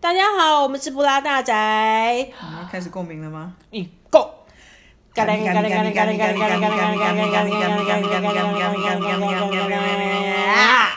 大家好，我们是布拉大宅。我们要开始共鸣了吗？你 go。咖喱咖喱咖喱咖喱咖喱咖喱咖喱咖喱咖喱咖喱咖喱咖喱咖喱咖喱咖喱咖喱咖喱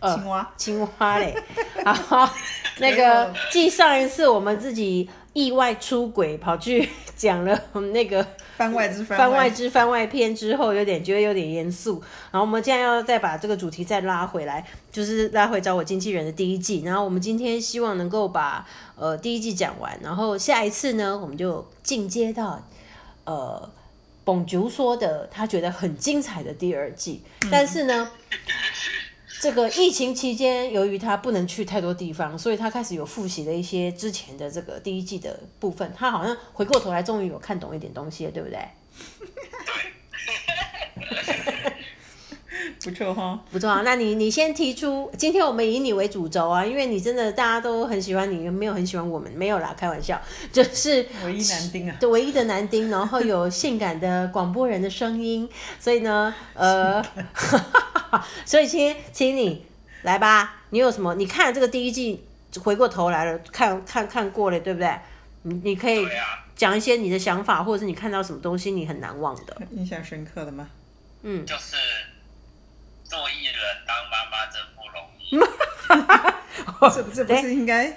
呃啊青蛙青蛙嘞，好，那个继上一次我们自己意外出轨，跑去讲了我们那个番外之番番外外，之番外篇之后，有点觉得有点严肃。然后我们现在要再把这个主题再拉回来，就是拉回找我经纪人的第一季。然后我们今天希望能够把呃第一季讲完，然后下一次呢，我们就进阶到呃。董竹说的，他觉得很精彩的第二季，但是呢，这个疫情期间，由于他不能去太多地方，所以他开始有复习了一些之前的这个第一季的部分。他好像回过头来，终于有看懂一点东西了，对不对？不错哈。不错啊，那你你先提出，今天我们以你为主轴啊，因为你真的大家都很喜欢你，没有很喜欢我们，没有啦，开玩笑，就是唯一男丁啊，对唯一的男丁，然后有性感的广播人的声音，所以呢，呃， 所以请请你来吧，你有什么？你看了这个第一季，回过头来了，看看看过了，对不对？你你可以对啊，讲一些你的想法，或者是你看到什么东西你很难忘的。印象深刻的吗？嗯，就是做艺人当妈妈真不容易。 哦这这不是应该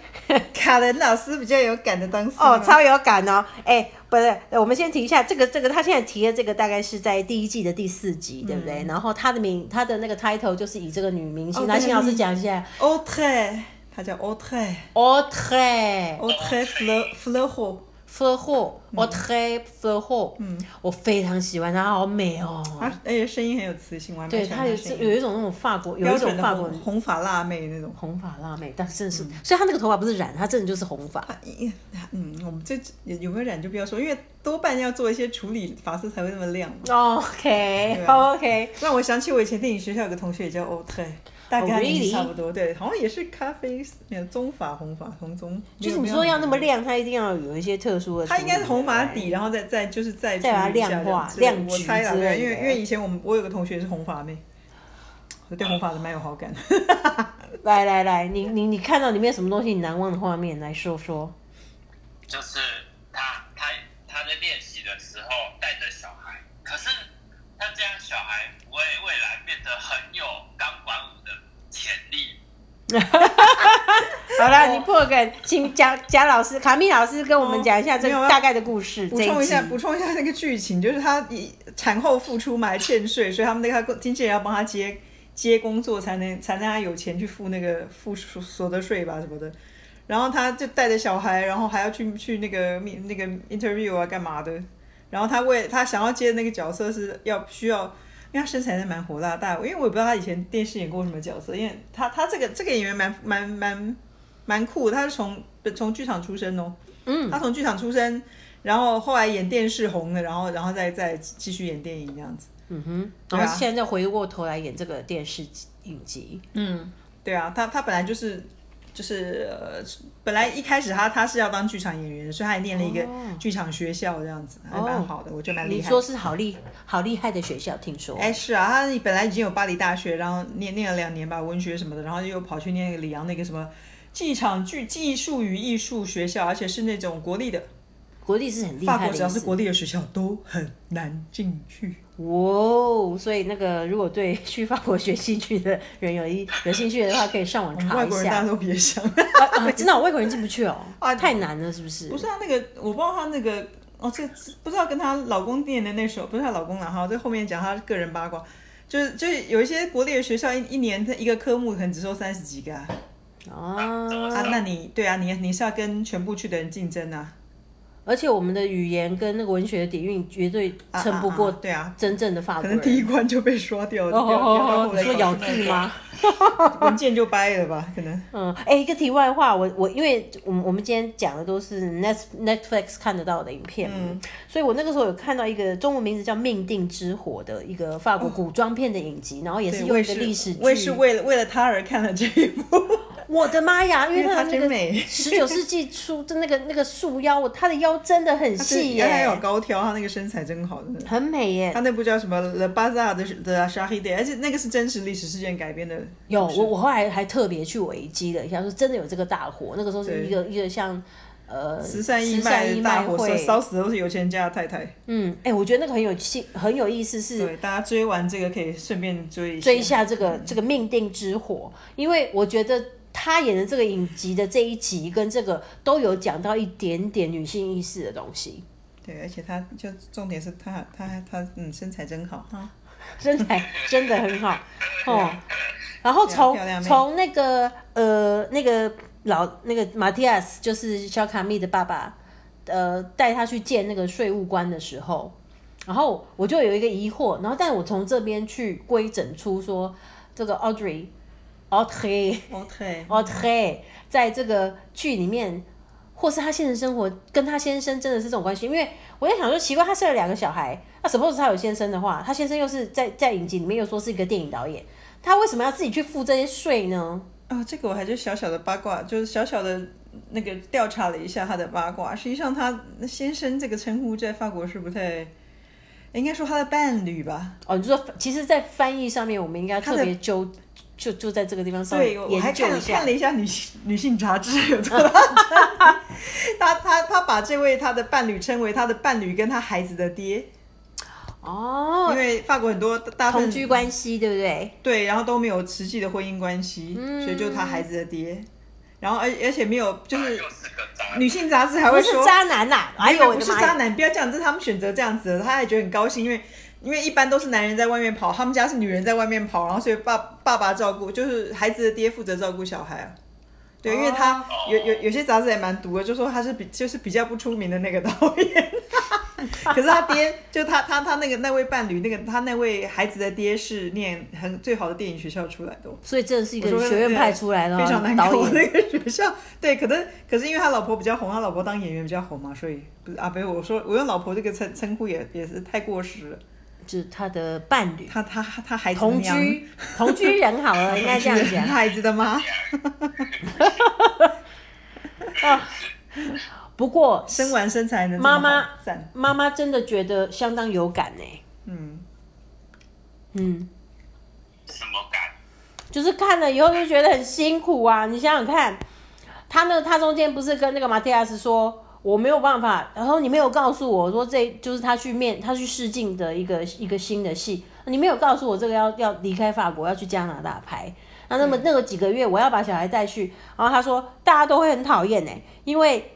卡伦老师比较有感的当时吗哦，超有感哦！哎、不是，呃我们先提一下这个这个，他现在提的这个大概是在第一季的第四嗯集，对不对？然后他的名，他的那个 title 就是以这个女明星，哦来、请老师对讲一下。 o t r 他叫 o t r o t r o t r Fle Fleho， f l e h o o t r f l e h o 嗯，我非常喜欢她，好美哦。他而且声音很有磁性，我还蛮对，喜欢她他有的声是音有一种那种法国，有标一种准的法国红嗯红发辣妹那种。红发辣妹，但真的是，所以她那个头发不是染，她真的就是红发。啊一嗯，我们这有没有染就不要说，因为多半要做一些处理发色才会那么亮嘛。哦 对啊 OK，OK，、让我想起我以前电影学校有个同学也叫欧特，大概 Oh, 年纪 really？差不多，对，好像也是咖啡色，没有棕发、红发、红棕，就是没你有说要那么，亮，她一定要有一些特殊的处他理。应该是红发对不对底，然后再再就是再再把它处理一下亮化这样子亮我橘猜啦，之对啊类的因为因为以前我们我有个同学是红发妹，我对红发的蛮有好感的。来来来，你你你看到里面什么东西你难忘的画面来说 说。就是他他他在练习的时候带着小孩，可是他这样小孩不会未来变得很有钢管舞的潜力。好啦，你破梗，请贾贾老师、卡密老师跟我们讲一下这没有个啊大概的故事。补这充一下，集补充一下那个剧情，就是他以产后复出嘛，还欠税，所以他们那个他经纪人要帮他接接工作，才能才能让他有钱去付那个付所所得税吧什么的。然后他就带着小孩，然后还要去去那个面那个 interview 啊，干嘛的？然后他为他想要接的那个角色是要需要，因为他身材是蛮火辣大，因为我也不知道他以前电视演过什么角色，因为他他这个这个演员蛮蛮蛮蛮酷的，他是从从剧场出身哦，嗯，他从剧场出身，然后后来演电视红的，然后然后再再继续演电影这样子，嗯哼，对然啊后现在再回过头来演这个电视影集，嗯，对啊，他他本来就是就是呃，本来一开始他他是要当剧场演员，所以他还念了一个哦剧场学校这样子，还蛮好的，我觉得蛮厉害你的。说是好厉好厉害的学校，听说。哎，是啊，他本来已经有巴黎大学，然后念念了两年吧，文学什么的，然后又跑去念里昂那个什么剧场剧技术与艺术学校，而且是那种国立的。国立是很厉法害国的意只要是思。国立的学校都很难进去。哇哦，所以那个如果对去法国学戏剧的人有一 有兴趣的话，可以上网查外一国人大下家。都别想。啊啊真的哦外国人进不去哦， 啊太难了，是不是？不是啊，那个我不知道她那个哦，这不知道跟她老公念的那首不是她老公了哈，这后面讲她个人八卦，就是就是有一些国立的学校一一年它一个科目可能只收三十几个啊，啊，啊，那你对啊，你你是要跟全部去的人竞争啊，而且我们的语言跟那个文学的底蕴绝对撑不过啊啊啊对啊。真正的法可国能第一人。关就被刷掉了，哦不要不要到哦哦后，你来说搞咬出那字个 吗？文件就掰了吧？可能嗯，哎、一个题外话，我我因为我们我们今天讲的都是 Net Netflix 看得到的影片，嗯所以我那个时候有看到一个中文名字叫《命定之火》的一个法国古装片的影集，然后也是嗯对用我一也个是历史剧， 我也是为了为了他而看了这一部。我的妈呀！因为因为他她的那真个美， 十九世纪初的那个那个束腰，她的腰真的很她细她还有耶，高挑，她那个身材真好，真的。很美耶她。那部叫什么《The Bazaar 的的 Shahid》，而且那个是真实历史事件改编的。有故事我，我后来还特别去维基了一下，说真的有这个大火，那个时候是对一个一个像呃慈善义慈卖义的卖大火烧会，烧死的都是有钱人家的太太。嗯，哎、我觉得那个很有趣，很有意思是。对，大家追完这个可以顺便追一嗯追一下这个这个命定之火，因为我觉得她演的这个影集的这一集跟这个都有讲到一点点女性意识的东西，对，而且她就重点是她她她嗯身材真好啊，身 材真的很好哦。然后从啊漂亮妹从那个呃那个老那个马蒂亚斯，就是小卡密的爸爸，呃带他去见那个税务官的时候，然后我就有一个疑惑，然后但我从这边去规整出说这个 Audrey。Audrey 哦对，哦，对，在这个剧里面，或是他现实生活跟他先生真的是这种关系，因为我在想说，奇怪，他生了两个小孩，啊那 suppose 他有先生的话，他先生又是在在影集里面又说是一个电影导演，他为什么要自己去付这些税呢？啊，这个我还就小小的八卦，就是小小的那个调查了一下他的八卦。实际上，他先生这个称呼在法国是不太，应该说他的伴侣吧。哦，你就 说，其实，在翻译上面，我们应该特别纠，就就在这个地方稍微对，我我还研究看一了下看了。一下女性女性 杂志， 有多大他他他把这位他的伴侣称为他的伴侣跟他孩子的爹，因哦，为法国很多大部分同居关系对不对？对，然后都没有实际的婚姻关系，所以就是嗯他孩子的爹。然后而而且没有，就是又是个渣男女性杂志还不会是说渣男呐、哎呦我不的是妈渣呀！男，不要这样，这是他们选择这样子的，他还觉得很高兴，因为因为一般都是男人在外面跑，他们家是女人在外面跑，然后所以爸爸爸照顾，就是孩子的爹负责照顾小孩啊。对，因为哦他有有有些杂志也蛮毒的，就说他是比就是比较不出名的那个导演， 可是他爹就他他他那个那位伴侣，那个他那位孩子的爹是念很最好的电影学校出来的哦、所以真的是一个我说学院派出来的非常难导搞演，那个学校。对，可能可是因为他老婆比较红，他啊老婆当演员比较红嘛，所以不是啊，不是我说我用老婆这个称称呼也也是太过时了。就是他的伴侣。他他他孩子的同娘居同居人好了，应该这样是他 讲。孩子 的妈，哦不过生完身材能这妈么好妈赞，妈妈真的觉得相当有感欸呢、嗯，嗯，什么感？就是看了以后就觉得很辛苦啊。 你想想看，他呢，他中间不是跟那个马蒂亚斯说。我没有办法，然后你没有告诉我说这就是他去面他去试镜的一个一个新的戏，你没有告诉我这个要要离开法国要去加拿大拍，那那么那个几个月我要把小孩带去，然后他说大家都会很讨厌呢，欸因为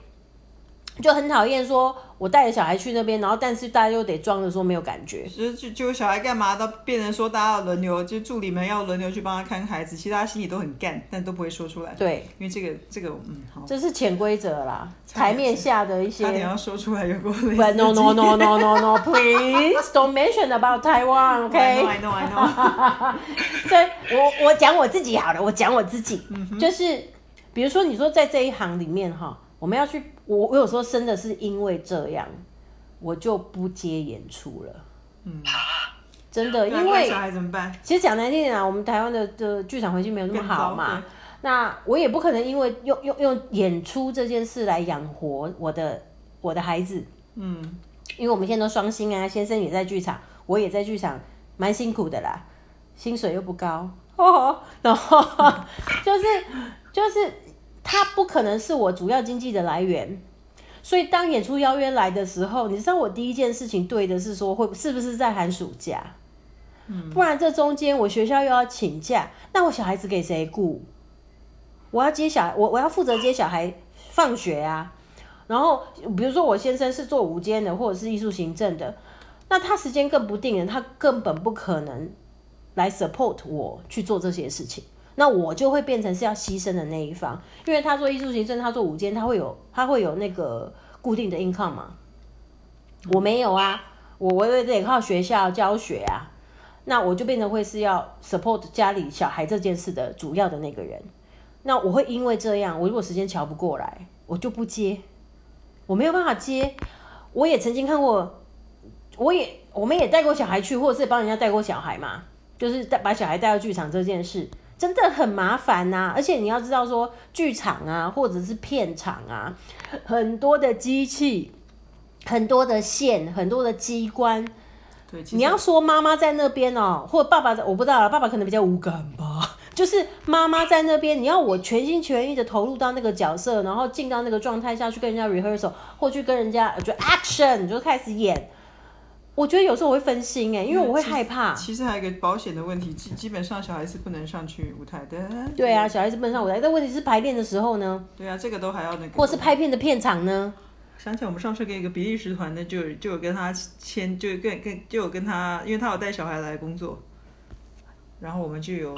就很讨厌说我带着小孩去那边，然后但是大家又得装着说没有感觉，就就就小孩干嘛到变成说大家要轮流，就助理们要轮流去帮他看孩子，其实他心里都很干，但都不会说出来。，对，因为这个这个嗯好，这是潜规则啦，差台点面下的一差点些。要说出来有过类似 But no 的 no 经验 no no no no please don't mention about Taiwan, I know OK？Oh, I know I know，所以我我讲我自己好了，我讲我自己，Mm-hmm. 就是比如说你说在这一行里面哈，我们要去，我我有时候真的是因为这样，我就不接演出了，嗯哈，真的， 因那为小孩怎么办？其实讲难听点啊，我们台湾的的剧场环境没有那么好嘛更糟。那我也不可能因为用用用演出这件事来养活我的我的孩子，嗯，因为我们现在都双薪啊，先生也在剧场，我也在剧场，蛮辛苦的啦，薪水又不高，哦，然后 就是就是他不可能是我主要经济的来源。所以当演出邀约来的时候，你知道我第一件事情对的是说会是不是在寒暑假，不然这中间我学校又要请假，那我小孩子给谁顾？我要接小孩，我我要负责接小孩放学啊。然后比如说我先生是做午间的或者是艺术行政的，那他时间更不定人，他根本不可能来 support 我去做这些事情。那我就会变成是要牺牲的那一方，因为他做艺术行政，他做午间，他会有他会有那个固定的 income 嘛。我没有啊，我我也得靠学校教学啊。那我就变成会是要 support 家里小孩这件事的主要的那个人。那我会因为这样，我如果时间瞧不过来，我就不接，我没有办法接。我也曾经看过，我也我们也带过小孩去，或者是帮人家带过小孩嘛，就是带把小孩带到剧场这件事。真的很麻烦呐、而且你要知道说，剧场啊，或者是片场啊，很多的机器，很多的线，很多的机关。对，其实你要说妈妈在那边哦，或者爸爸在，我不知道了，爸爸可能比较无感吧。 就是妈妈在那边，你要我全心全意的投入到那个角色，然后进到那个状态下去跟人家 rehearsal，或去跟人家呃就 action，你就开始演。我觉得有时候我会分心哎、因为我会害怕。嗯其实还有一个保险的问题，基基本上小孩是不能上去舞台的。对啊，，小孩子奔上舞台，但问题是排练的时候呢，对啊，这个都还要那个。或是拍片的片场呢？想起来我们上次跟一个比利时团的，就有就有跟他签，就有跟跟就有跟他，因为他有带小孩来工作，然后我们就有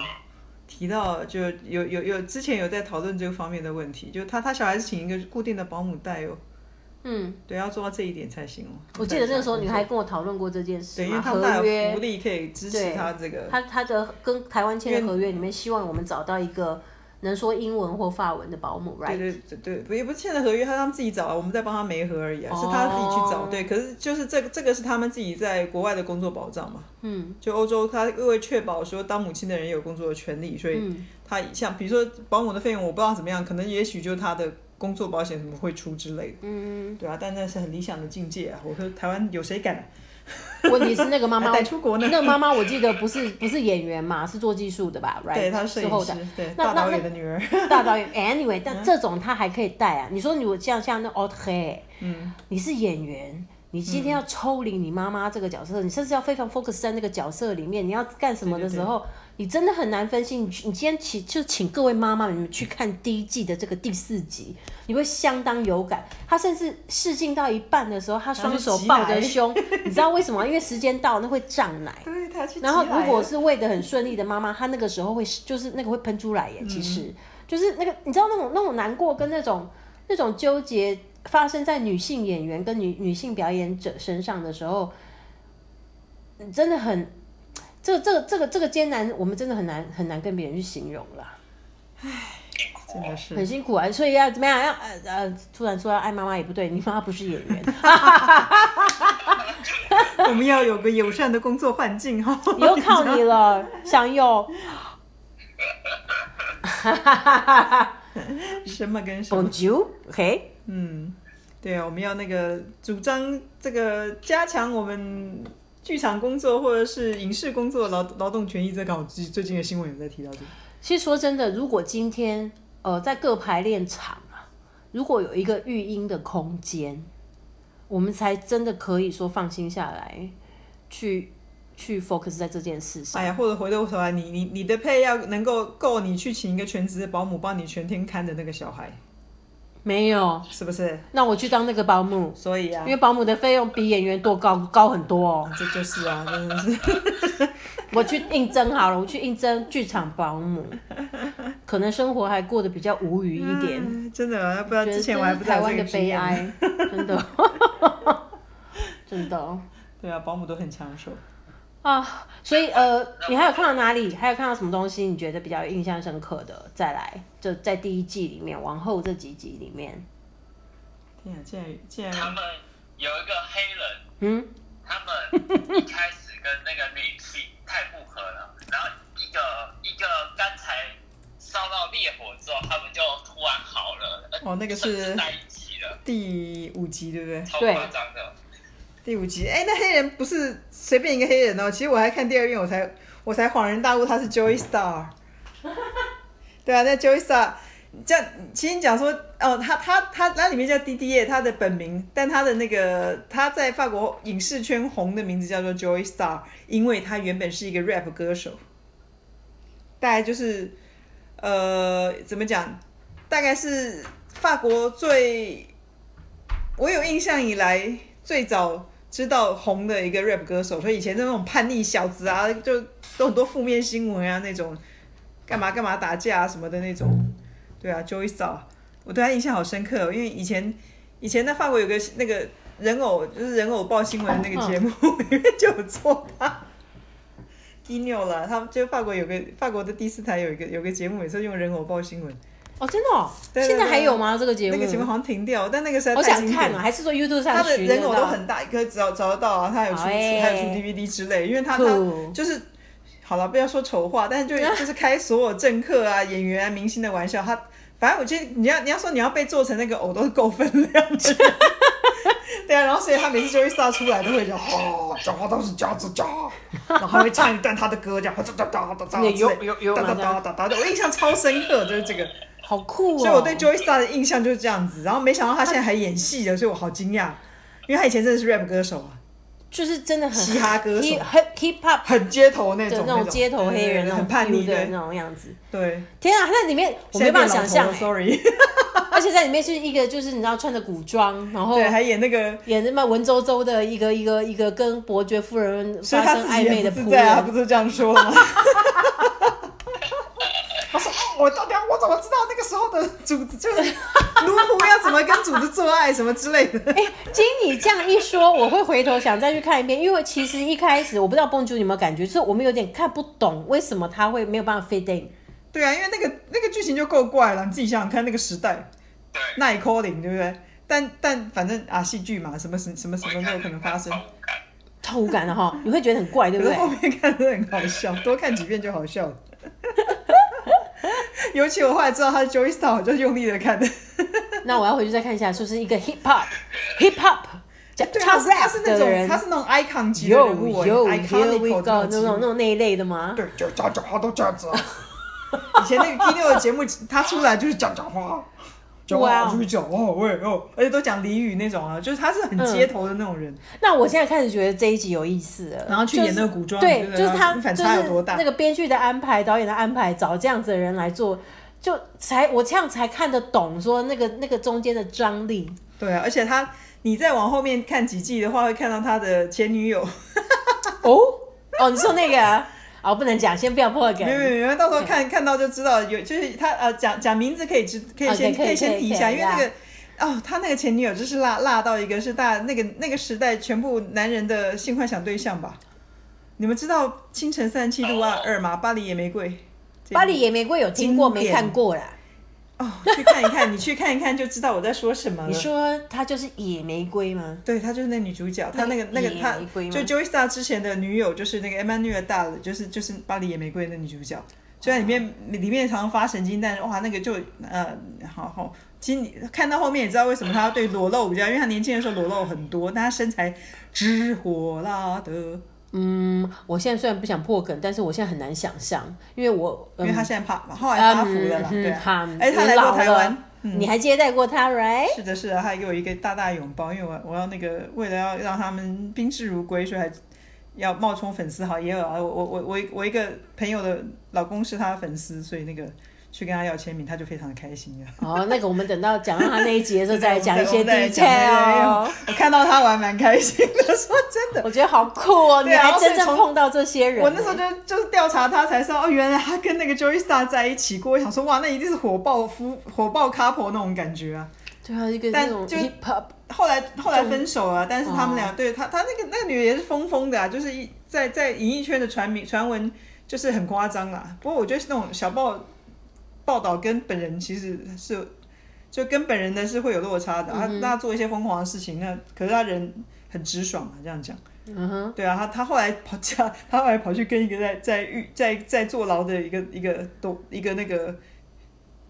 提到，就有有有之前有在讨论这个方面的问题，就他他小孩子请一个固定的保姆带哦，嗯，对，要做到这一点才行哦。我记得那个时候你还跟我讨论过这件事对，因为嘛，他们大合有约福。利可以支持他这个，他他的跟台湾签的合约里面，希望我们找到一个能说英文或法文的保姆对，right？对对对，不也不是签的合约，他他们自己找啊，我们在帮他媒合而已啊，哦是他自己去找。对，可是就是这个这个是他们自己在国外的工作保障嘛。嗯就欧洲，他为确保说当母亲的人有工作的权利，所以嗯，他像比如说保姆的费用，我不知道怎么样，可能也许就他的工作保险什么会出之类的。嗯，对啊，但那是很理想的境界啊！我说台湾有谁敢、啊？ 问题是那个妈妈还带出国呢那个妈妈我记得不是不是演员嘛，是做技术的吧？right？对，他是摄后影师台，对，那大那导演那的女儿。 大导演。Anyway，但这种他还可以带啊。你说你我像像那 o t h e 嗯，你是演员，你今天要抽离你妈妈这个角色，你甚至要非常 focus 在那个角色里面，你要干什么的时候，你真的很难分析。你你今天请就请各位妈妈你们去看第一季的这个第四集，你会相当有感。他甚至试镜到一半的时候，他双手抱着胸，你知道为什么吗？因为时间到，那会胀奶。对，他去。然后如果是喂的很顺利的妈妈，她那个时候会就是那个会喷出来耶，其实、就是那个你知道那种那种难过跟那种那种纠结发生在女性演员跟女女性表演者身上的时候，嗯真的很。这这个这个这个艰难，我们真的很难很难跟别人去形容啦，辛苦 真的哦。是很辛苦啊。所以要怎么样？要呃呃，突然说要爱妈妈也不对，你妈妈不是演员，我们要有个友善的工作环境哈。以后靠你了，想有什么跟什么 Bonjour，OK，、嗯，对啊，我们要那个主张这个加强我们剧场工作或者是影视工作劳劳动权益这个，我最最近的新闻有在提到这个。其实说真的，如果今天呃在各排练场啊，如果有一个育婴的空间，我们才真的可以说放心下来，去去 focus 在这件事上。哎呀，或者回过头来，你你你的配要能够够你去请一个全职的保姆帮你全天看的那个小孩，没有，是不是？那我去当那个保姆，所以啊因，为保姆的费用比演员多高高很多哦。这就是啊，真的是我去应征好了，我去应征剧场保姆，可能生活还过得比较无语一点。哎真的啊，要不然觉得之前这我还是不知台道湾这的个经悲验呢哀，真的， 真的。哦对啊，保姆都很抢手。啊，所以呃，你还有看到哪里？还有看到什么东西？你觉得比较印象深刻的？再来，就在第一季里面，往后这几集里面，天啊，竟然竟他然们有一个黑人，嗯，他们一开始跟那个女性太不合了，然后一个一个刚才烧到烈火之后，他们就突然好了，哦那个是甚至在一起了，第五集对不对？超对夸张的。第五集，哎，那黑人不是随便一个黑人哦。其实我还看第二遍，我才我才恍然大悟，他是 Joy Star。对啊，那 Joy Star，这样其实你讲说，哦，他他他那里面叫 D D A，他的本名，但他的那个他在法国影视圈红的名字叫做 Joy Star，因为他原本是一个 rap 歌手。大概就是，呃，怎么讲？大概是法国最我有印象以来最早知道红的一个 rap 歌手，所以以前那种叛逆小子啊，就都很多负面新闻啊那种，干嘛干嘛打架啊什么的那种。对啊，Joy Star，我对他印象好深刻、哦，因为以前以前在法国有个那个人偶，就是人偶报新闻的那个节目，里面就有做他。i n o 了，他们就法国有个法国的第四台有一个有个节目，每次用人偶报新闻，哦，真的、哦，对对现对在还有吗？这个节目，那个节目好像停掉，但那个实在我太嗯想经典看了啊，。还是说 YouTube 上他的寻人得偶到啊都很大，可以找找得到啊。他有出，好欸还有出 DVD 之类，因为他他酷就是好了，不要说丑话，但是 就就是开所有政客啊、演员啊、明星的玩笑，他反正我觉得你要你要说你要被做成那个偶都是够分量 的。对啊，然后所以他每次 Joey Star 出来都会讲，哦，讲话都是这样子讲，然后还会唱一段他的 歌，这样哒哒哒哒哒，有有有哒哒哒哒哒，我印象超深刻，就是这个。好酷哦！所以我对 Joy Star 的印象就是这样子，然后没想到他现在还演戏了，所以我好惊讶，因为他以前真的是 rap 歌手啊，就是真的很嘻哈歌手 hip- hip hip hop 很街头那的种，那种街头黑人对对对那种很叛逆 feel 的那的，种样子。对，天啊，那里面我没办法想象现在变老头了、，sorry，欸而且在里面是一个就是你知道穿着古装，然后 对，还演那个，演那么文绉绉的一个一个一个跟伯爵夫人所以发他生自己暧昧也的不仆自在啊，人 不，是这样说吗？他说：“哦，我到底要我怎么知道那个时候的主子就是 奴仆要怎么跟主子做爱什么之类的？”哎、经你这样一说，我会回头想再去看一遍，因为其实一开始我不知道蹦珠有没有感觉，就是我们有点看不懂为什么他会没有办法 fit in。对啊，因为那个那个剧情就够怪了，你自己想想看那个时代，对，耐 calling 对不对？但但反正啊，戏剧嘛，什么什什么什我么一都开有始可能发生看。超无超无感感的 哈，你会觉得很怪，对可不是对？后面看真的很好笑，多看几遍就好笑了。 尤其我后来知道他是 Joy Star，我就用力的看的。那我要回去再看一下，是不是一个 hip hop hip hop 讲对，他唱是他是 rap 那的种人他是那种 icon 级的，Yo 人物欸 Yo Here We ，iconical Go 那种那种。种那一类的吗？对，就讲讲话都这样子、 啊。以前那个 K 六的节目，他出来就是讲讲话，讲哇话就是讲哦喂哦，而且都讲俚语那种啊，就是他是很嗯街头的那种人。那我现在开始觉得这一集有意思了，然后去演那个古装就是你觉对，得就是他，你就反是差有多大那个编剧的安排，导演的安排，找这样子的人来做，就才我这样才看得懂，说那个那个中间的张力。对啊，而且他，你再往后面看几季的话，会看到他的前女 友，哦哦，你说那个啊，哦，不能讲，先不要破梗没有。没有没有，到时候看看到就知道有，就是他呃讲讲名字可以知，可以 OK，先哦可以以可先以提一可以下，因为那呀个。哦，他那个前女友就是辣辣到一个是大那个那个时代全部男人的性幻想对象吧？你们知道《清晨三七路二二》吗？《巴黎野玫瑰》这巴部黎野玫瑰有听过经没典看过啦？哦，去看一看，你去看一看就知道我在说什么了。你说它就是野玫瑰吗？对，她就是那女主角，她那个那那个个野她玫瑰就吗 Joy Star 之前的女友就是那个 Emmanuel 大了，就是就是巴黎野玫瑰的女主角，虽然里面里面常常发神经，但是哇，那个就呃，好好。其实你看到后面也知道为什么她对裸露比较，因为她年轻的时候裸露很多，但她身材直火辣的，嗯，我现在虽然不想破梗，但是我现在很难想象，因为我因嗯为她现在怕，后来发福了啦，嗯对、好啊，哎，她你来过老台了湾，嗯，你还接待过他，right？是的，是的，他还给我一个大大拥抱，因为我我要那个为了要让他们宾至如归，所以还要冒充粉丝好也有啊。我我我我我一个朋友的老公是他的粉丝，所以那个去跟他要签名，他就非常的开心了。哦，那个我们等到讲到他那一集的 时候再来讲一些我再讲哎 detail 哦。我看到他我还蛮开心的， 说真的。我觉得好酷哦，你对啊还真所以正从碰到这些人。我那时候就就是调查他才知道，哦，原来他跟那个 Joey Star 在一起过。我想说，哇，那一定是火爆夫、火爆 couple 那种感觉啊。对啊，一个但那种就 hip hop，后来后来分手了，但是他们俩、哦对他他那个那个女的也是疯疯的啊，就是一在在演艺圈的传名传闻就是很夸张啦。不过我觉得是那种小报报道跟本人其实是就跟本人的是会有落差的嗯啊。那、做一些疯狂的事情，那可是他人很直爽啊，这样讲。嗯 哼，对啊，他他后来跑他他后来跑去跟一个在在狱在在坐牢的一个一个都一个那个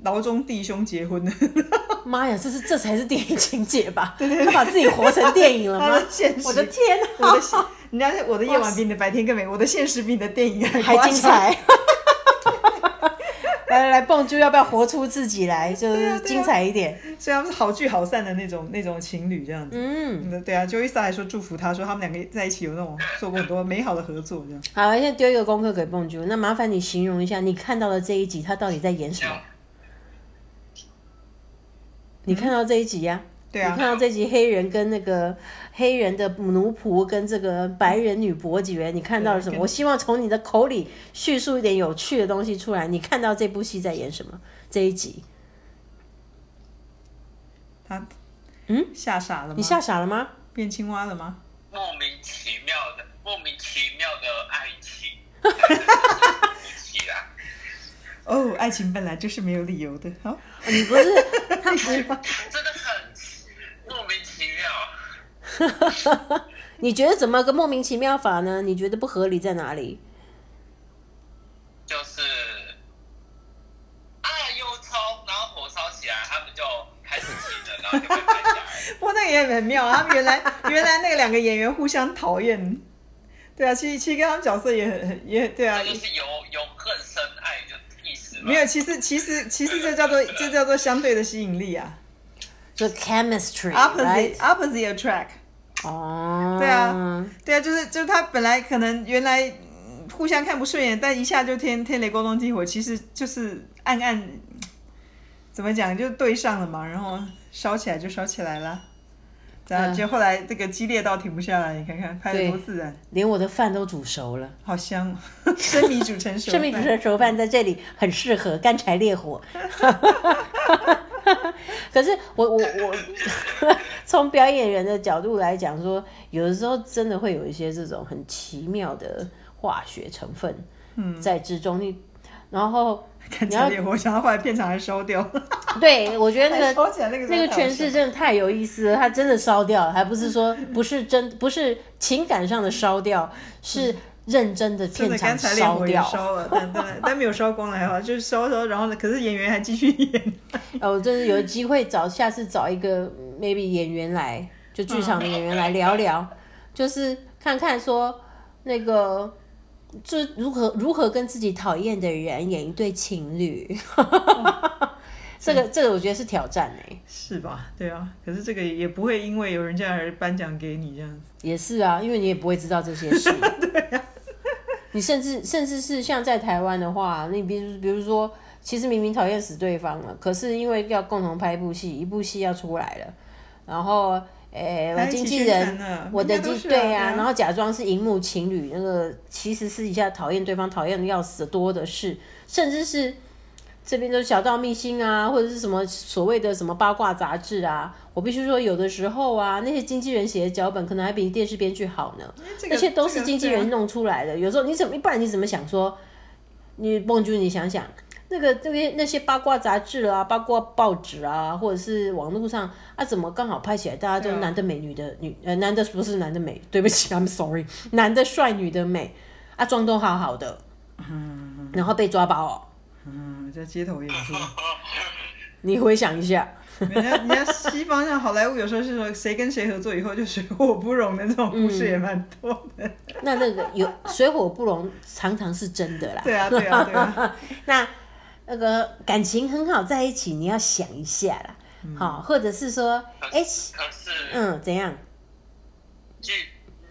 牢中弟兄结婚的，嗯妈呀，这是这才是电影情节吧？ 他把自己活成电影了他吗的？现实我的天 我啊的，现，人家是我的夜晚比你的白天更美，我的现实比你的电影还还夸张精。 彩！ 来来来，蹦珠要不要活出自己来？就对是啊对啊精彩一点。所以他们是好聚好散的那种那种情侣这样子。嗯，嗯，对啊，Joyce 还说祝福他说他们两个在一起有那种做过很多美好的合作这样。好，现在丢一个功课给蹦珠，那麻烦你形容一下你看到的这一集，他到底在演什么？你看到这一集呀、对啊你看到这集黑人跟那个黑人的奴仆跟这个白人女伯爵，你看到了什么？对我希望从你的口里叙述一点有趣的东西出来。你看到这部戏在演什么？这一集他嗯吓傻了吗？你吓傻了吗？ 变青蛙了吗？莫名其妙的莫名其妙的爱情，起来。 哦，爱情本来就是没有理由的。好，你不是他真的很莫名其妙。你觉得怎么个莫名其妙法呢？你觉得不合理在哪里？啊事情了，然后就被拍下来。不过那个也很妙啊，他们原来原来那个两个演员互相讨厌，对啊，其实其实跟他们角色也很很也对啊这，就是由由恨生爱的意思嘛没。有，其实其实其实这叫做这叫做相对的吸引力啊就 chemistry， ，opposite right？ opposite attract。哦，对啊，对啊，就是就是他本来可能原来嗯互相看不顺眼，但一下就天天雷勾动地火，其实就是暗暗嗯怎么讲就对上了嘛，然后烧起来就烧起来了，然嗯后就后来这个激烈到停不下来，你看看拍的多对自然，连我的饭都煮熟了。好香哦，生米煮成熟这饭，米煮成熟饭在这里很适合干柴烈火。 可是我我我 从表演人的角度来讲说，有的时候真的会有一些这种很奇妙的化学成分嗯在之中。你然后 看你起要来烈火，然后后来片场还烧掉，对我觉得那烧个起来那个那个诠全释是真的太有意思了，它真的烧掉了，还不是说不是真不是情感上的烧掉，是认真的嗯片真的干场柴烈火也掉。烧了，但但但没有烧光了，还好，就是烧烧，然后呢，可是演员还继续演。哦，我真的有机会找下次找一个嗯 maybe 演员来，就剧场的演员来聊聊，就是看看说那个。就如何如何跟自己讨厌的人演一对情侣， 这个这个我觉得是挑战哎、是吧？对啊，可是这个也不会因为有人这样而颁奖给你这样子。也是啊，因为你也不会知道这些事。你甚至甚至是像在台湾的话，你比如比如说，其实明明讨厌死对方了，可是因为要共同拍一部戏，一部戏要出来了，然后诶、我还一起经纪宣传人呢，我的应该都经是啊对对呀、啊然后假装是荧幕情侣，那个其实私底下讨厌对方，讨厌的要死，多的是，甚至是这边都是小道秘辛啊，或者是什么所谓的什么八卦杂志啊，我必须说，有的时候啊，那些经纪人写的脚本可能还比电视编剧好呢，这 个、而且都是这个啊经纪人弄出来的。有时候你怎么，不然你怎么想说，你蹦君，你想想。那个那些那些八卦杂志啊，八卦报纸啊，或者是网络上啊，怎么刚好拍起来，大家都对啊男的美，女的女，呃，男的不是男的美，对不起，I'm sorry，男的帅，女的美，啊，妆都好好的，嗯然后被抓包哦，对啊嗯，在街头演出，你回想一下，人家人家西方像好莱坞有时候是说谁跟谁合作以后就水火不容的这种故事也蛮多的。那那个有水火不容，常常是真的啦。对啊，对啊，对啊， 那那个感情很好在一起，你要想一下啦，好、或者是说，哎、 可是嗯，怎样？剧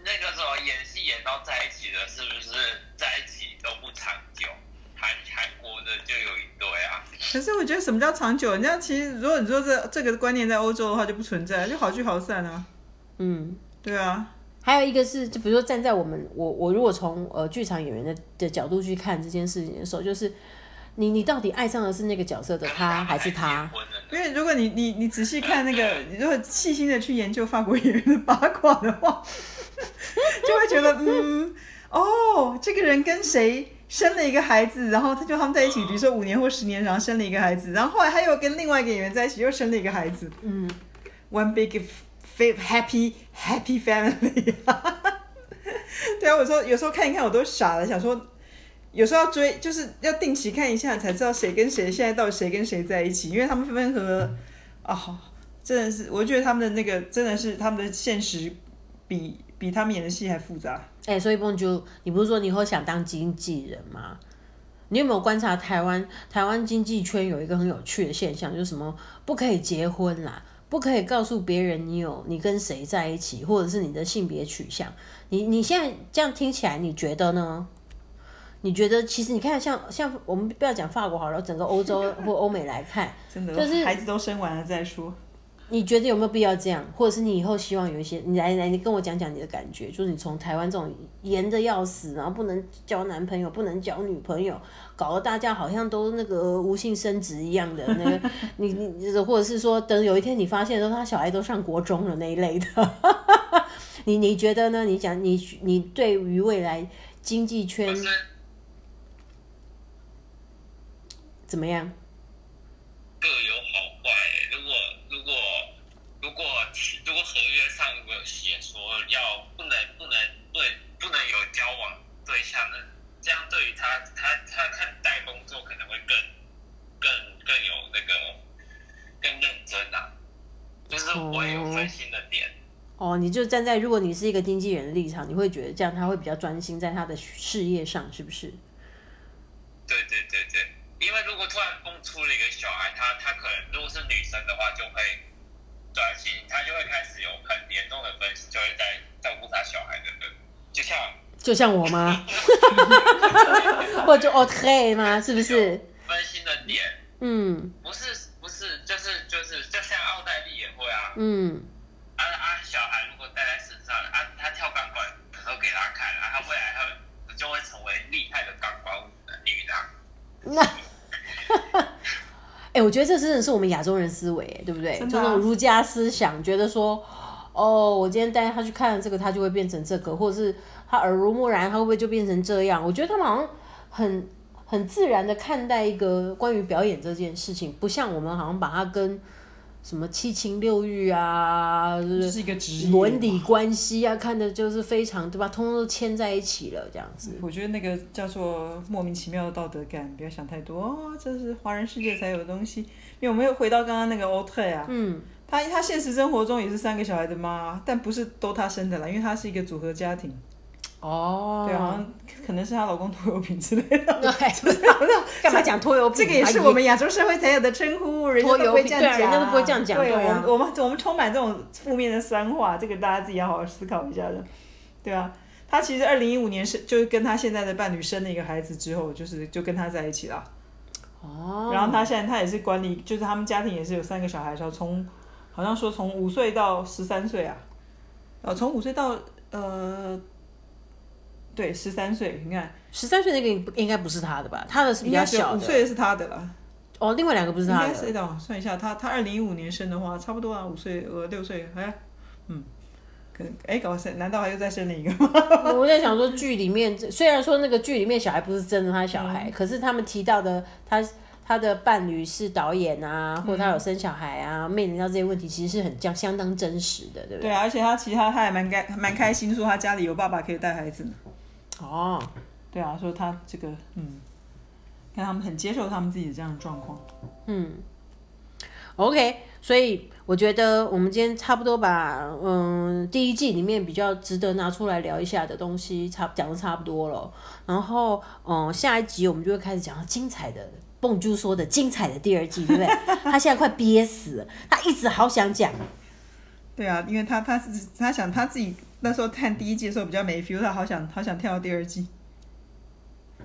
那个时候演戏演到在一起的，是不是在一起都不长久？韩韩国的就有一对啊，可是我觉得什么叫长久？人家其实如果你说这这个观念在欧洲的话就不存在，就好聚好散啊。嗯，对啊，还有一个是，就比如说站在我们我我如果从呃剧场演员的的角度去看这件事情的时候，就是你你到底爱上的是那个角色的可是他们还是结他？婚了呢因为如果你你你仔细看那个，你如果细心的去研究法国演员的八卦的话， 就会觉得嗯，哦，这个人跟谁生了一个孩子，然后他就他们在一起，比如说五年或十年，然后生了一个孩子，然后后来他又跟另外一个演员在一起，又生了一个孩子嗯， ，one big f- happy happy family 。 对啊，我说有时候看一看我都傻了，想说。有时候要追，就是要定期看一下，才知道谁跟谁现在到底谁跟谁在一起，因为他们分分合合，啊、真的是，我觉得他们的那个真的是他们的现实比比他们演的戏还复杂。哎、所以蹦就你不是说你以后想当经纪人吗？你有没有观察台湾台湾经济圈有一个很有趣的现象，就是什么不可以结婚啦，不可以告诉别人你有你跟谁在一起，或者是你的性别取向。你你现在这样听起来，你觉得呢？你觉得其实你看像像我们不要讲法国好了，整个欧洲或欧美来看，真的，就是孩子都生完了再说。你觉得有没有必要这样？或者是你以后希望有一些，你来来，你跟我讲讲你的感觉，就是你从台湾这种严的要死，然后不能交男朋友，不能交女朋友，搞得大家好像都那个无性生殖一样的那个， 你你或者是说，等有一天你发现说他小孩都上国中了那一类的，你你觉得呢？你讲你你对于未来经济圈可是怎么样？各有好坏、欸。如果如果如果如果合约上有写说要不能不能不能不能有交往对象的，这样对于他他他看待工作可能会更更更有那个更认真啊。就是我也有分心的点。哦，你就站在如果你是一个经纪人的立场，你会觉得这样他会比较专心在他的事业上，是不是？对对对对，因为如果突然蹦出了一个小孩，他他可能如果是女生的话，就会专心，他就会开始有很严重的分心，就会在照顾他小孩的人，就像就像我 吗？或者 OK 吗？是不是？分心的点，嗯不是不是，就是就是，就像奥黛丽也会啊，嗯，啊啊，小孩如果带在身上，啊他跳钢管的时候给他看，啊他未来他就会成为厉害的钢管舞的 女郎。那。哎、我觉得这真的是我们亚洲人思维，哎对不对？真就的啊那种儒家思想，觉得说，哦，我今天带他去看这个，他就会变成这个，或者是他耳濡目染，他会不会就变成这样？我觉得他们好像很很自然的看待一个关于表演这件事情，不像我们好像把它跟什么七情六欲啊，就这是是一个职业伦理关系啊，看的就是非常对吧？通通都牵在一起了，这样子。我觉得那个叫做莫名其妙的道德感，不要想太多哦，这是华人世界才有的东西。因为我们又回到刚刚那个欧特啊，嗯，她她现实生活中也是三个小孩的妈，但不是都她生的啦，因为她是一个组合家庭，哦，对，好像可能是她老公拖油瓶之类的。 那还不知道 干嘛讲拖油瓶？这个也是阿姨我们亚洲社会才有的称呼，人家都不会这样对啊讲，人家都不会这样讲对，对啊我们我们我们充满这种负面的酸话，这个大家自己要好好思考一下的，对啊。他其实二零一五年是就是跟他现在的伴侣生了一个孩子之后，就是就跟他在一起了。哦，然后他现在他也是管理，就是他们家庭也是有三个小孩，然后从好像说从五岁到十三岁啊，呃，从五岁到呃，对，十三岁，你看十三岁那个应应该不是他的吧？他的是比应较该是小五的岁的是他的了，哦，另外两个不是应他该是的。的，算一下，他他二零一五年生的话，差不多啊，五岁呃六岁，哎，嗯，可能哎搞生，难道还又再生了一个吗？我在想说剧里面，虽然说那个剧里面小孩不是真的他小嗯孩，可是他们提到的他他的伴侣是导演啊，或者嗯他有生小孩啊，面临到这些问题其实是很相相当真实的，对不 对啊，而且他其实他他还蛮开蛮开心，说他家里有爸爸可以带孩子呢。哦，对啊，说他这个嗯，看他们很接受他们自己的这样的状况。嗯，OK，所以我觉得我们今天差不多把嗯第一季里面比较值得拿出来聊一下的东西差讲的差不多了，然后嗯下一集我们就会开始讲精彩的。蹦珠说的精彩的第二季，对不对？他现在快憋死了，他一直好想讲。对啊，因为他他是他想他自己那时候看第一季的时候比较没 feel，他好想好想跳到第二季。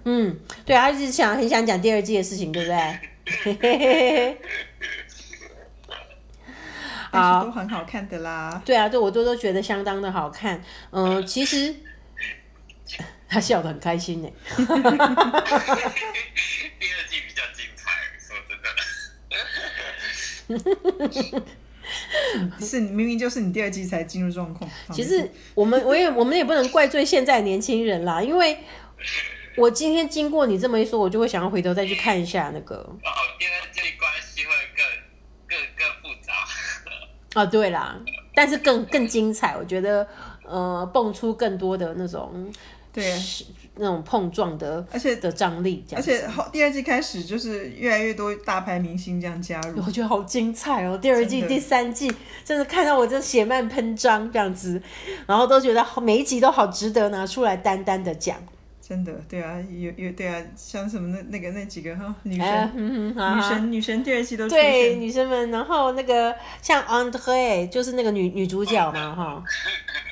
嗯，对啊，他一直想很想讲第二季的事情，对不对？嘿嘿嘿嘿但好是都很好看的啦。 对啊，对我都都觉得相当的好看。嗯、其实他笑得很开心呢。第二季比较精彩，说真的。是你明明就是你第二季才进入状况。其实我们我也我们也不能怪罪现在年轻人啦，因为我今天经过你这么一说，我就会想要回头再去看一下那个哦，因为这关系会更更更复杂。啊，对啦，但是更更精彩，我觉得呃蹦出更多的那种对，那种碰撞的而且的张力，这而样子且后第二季开始就是越来越多大牌明星这样加入我。觉得好精彩哦！第二季、真的第三季，真的看到我这血脉喷张这样子，然后都觉得好每一集都好值得拿出来单单的讲。真的，对啊，有有对啊，像什么那那个那几个哈女哎神，嗯嗯，好女好神女神第二 季都出对现，女生们，然后那个像 Andre 就是那个女女主角嘛，哈，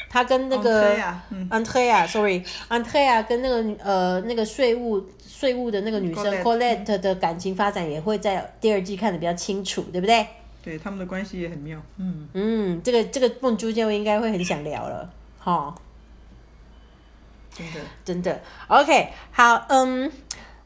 她跟那个哦对啊嗯 Andrea，sorry，Andrea 跟那个女呃那个税务税务的那个女生 Colette Colette 的感情发展也会在第二季看的比较清楚，对不对？对他们的关系也很妙，嗯，嗯，这个这个梦珠就应该会很想聊了，哈。真的，真的。OK，好，嗯，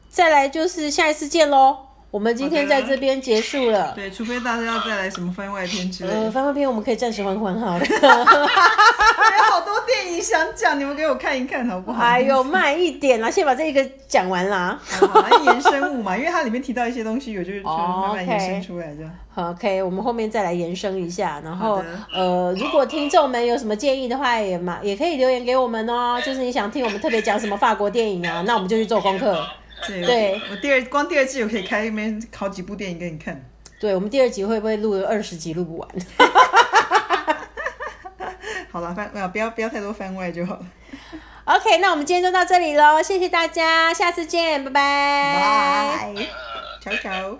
再来就是下一次见喽。我们今天在这边结束了。对，除非大家要再来什么番外篇之类呃，的，番外篇我们可以暂时缓缓好了。还有哎好多电影想讲，你们给我看一看好不好？哎呦，慢一点啦，先把这一个讲完啦。嗯好好，那衍生物嘛，因为它里面提到一些东西，我就就哦慢慢延伸 OK 出来这样。 OK，我们后面再来延伸一下。然好后的，呃，如果听众们有什么建议的话，也嘛也可以留言给我们哦。就是你想听我们特别讲什么法国电 影啊，那我们就去做功课。对，我对我第二光第二季我可以开一面好几部电影给你看，对，我们第二集会不会录二十集录不完？好了，番啊不要不要太多番外就好了。 OK，那我们今天就到这里喽，谢谢大家，下次见，拜拜。拜，呃，瞧瞧。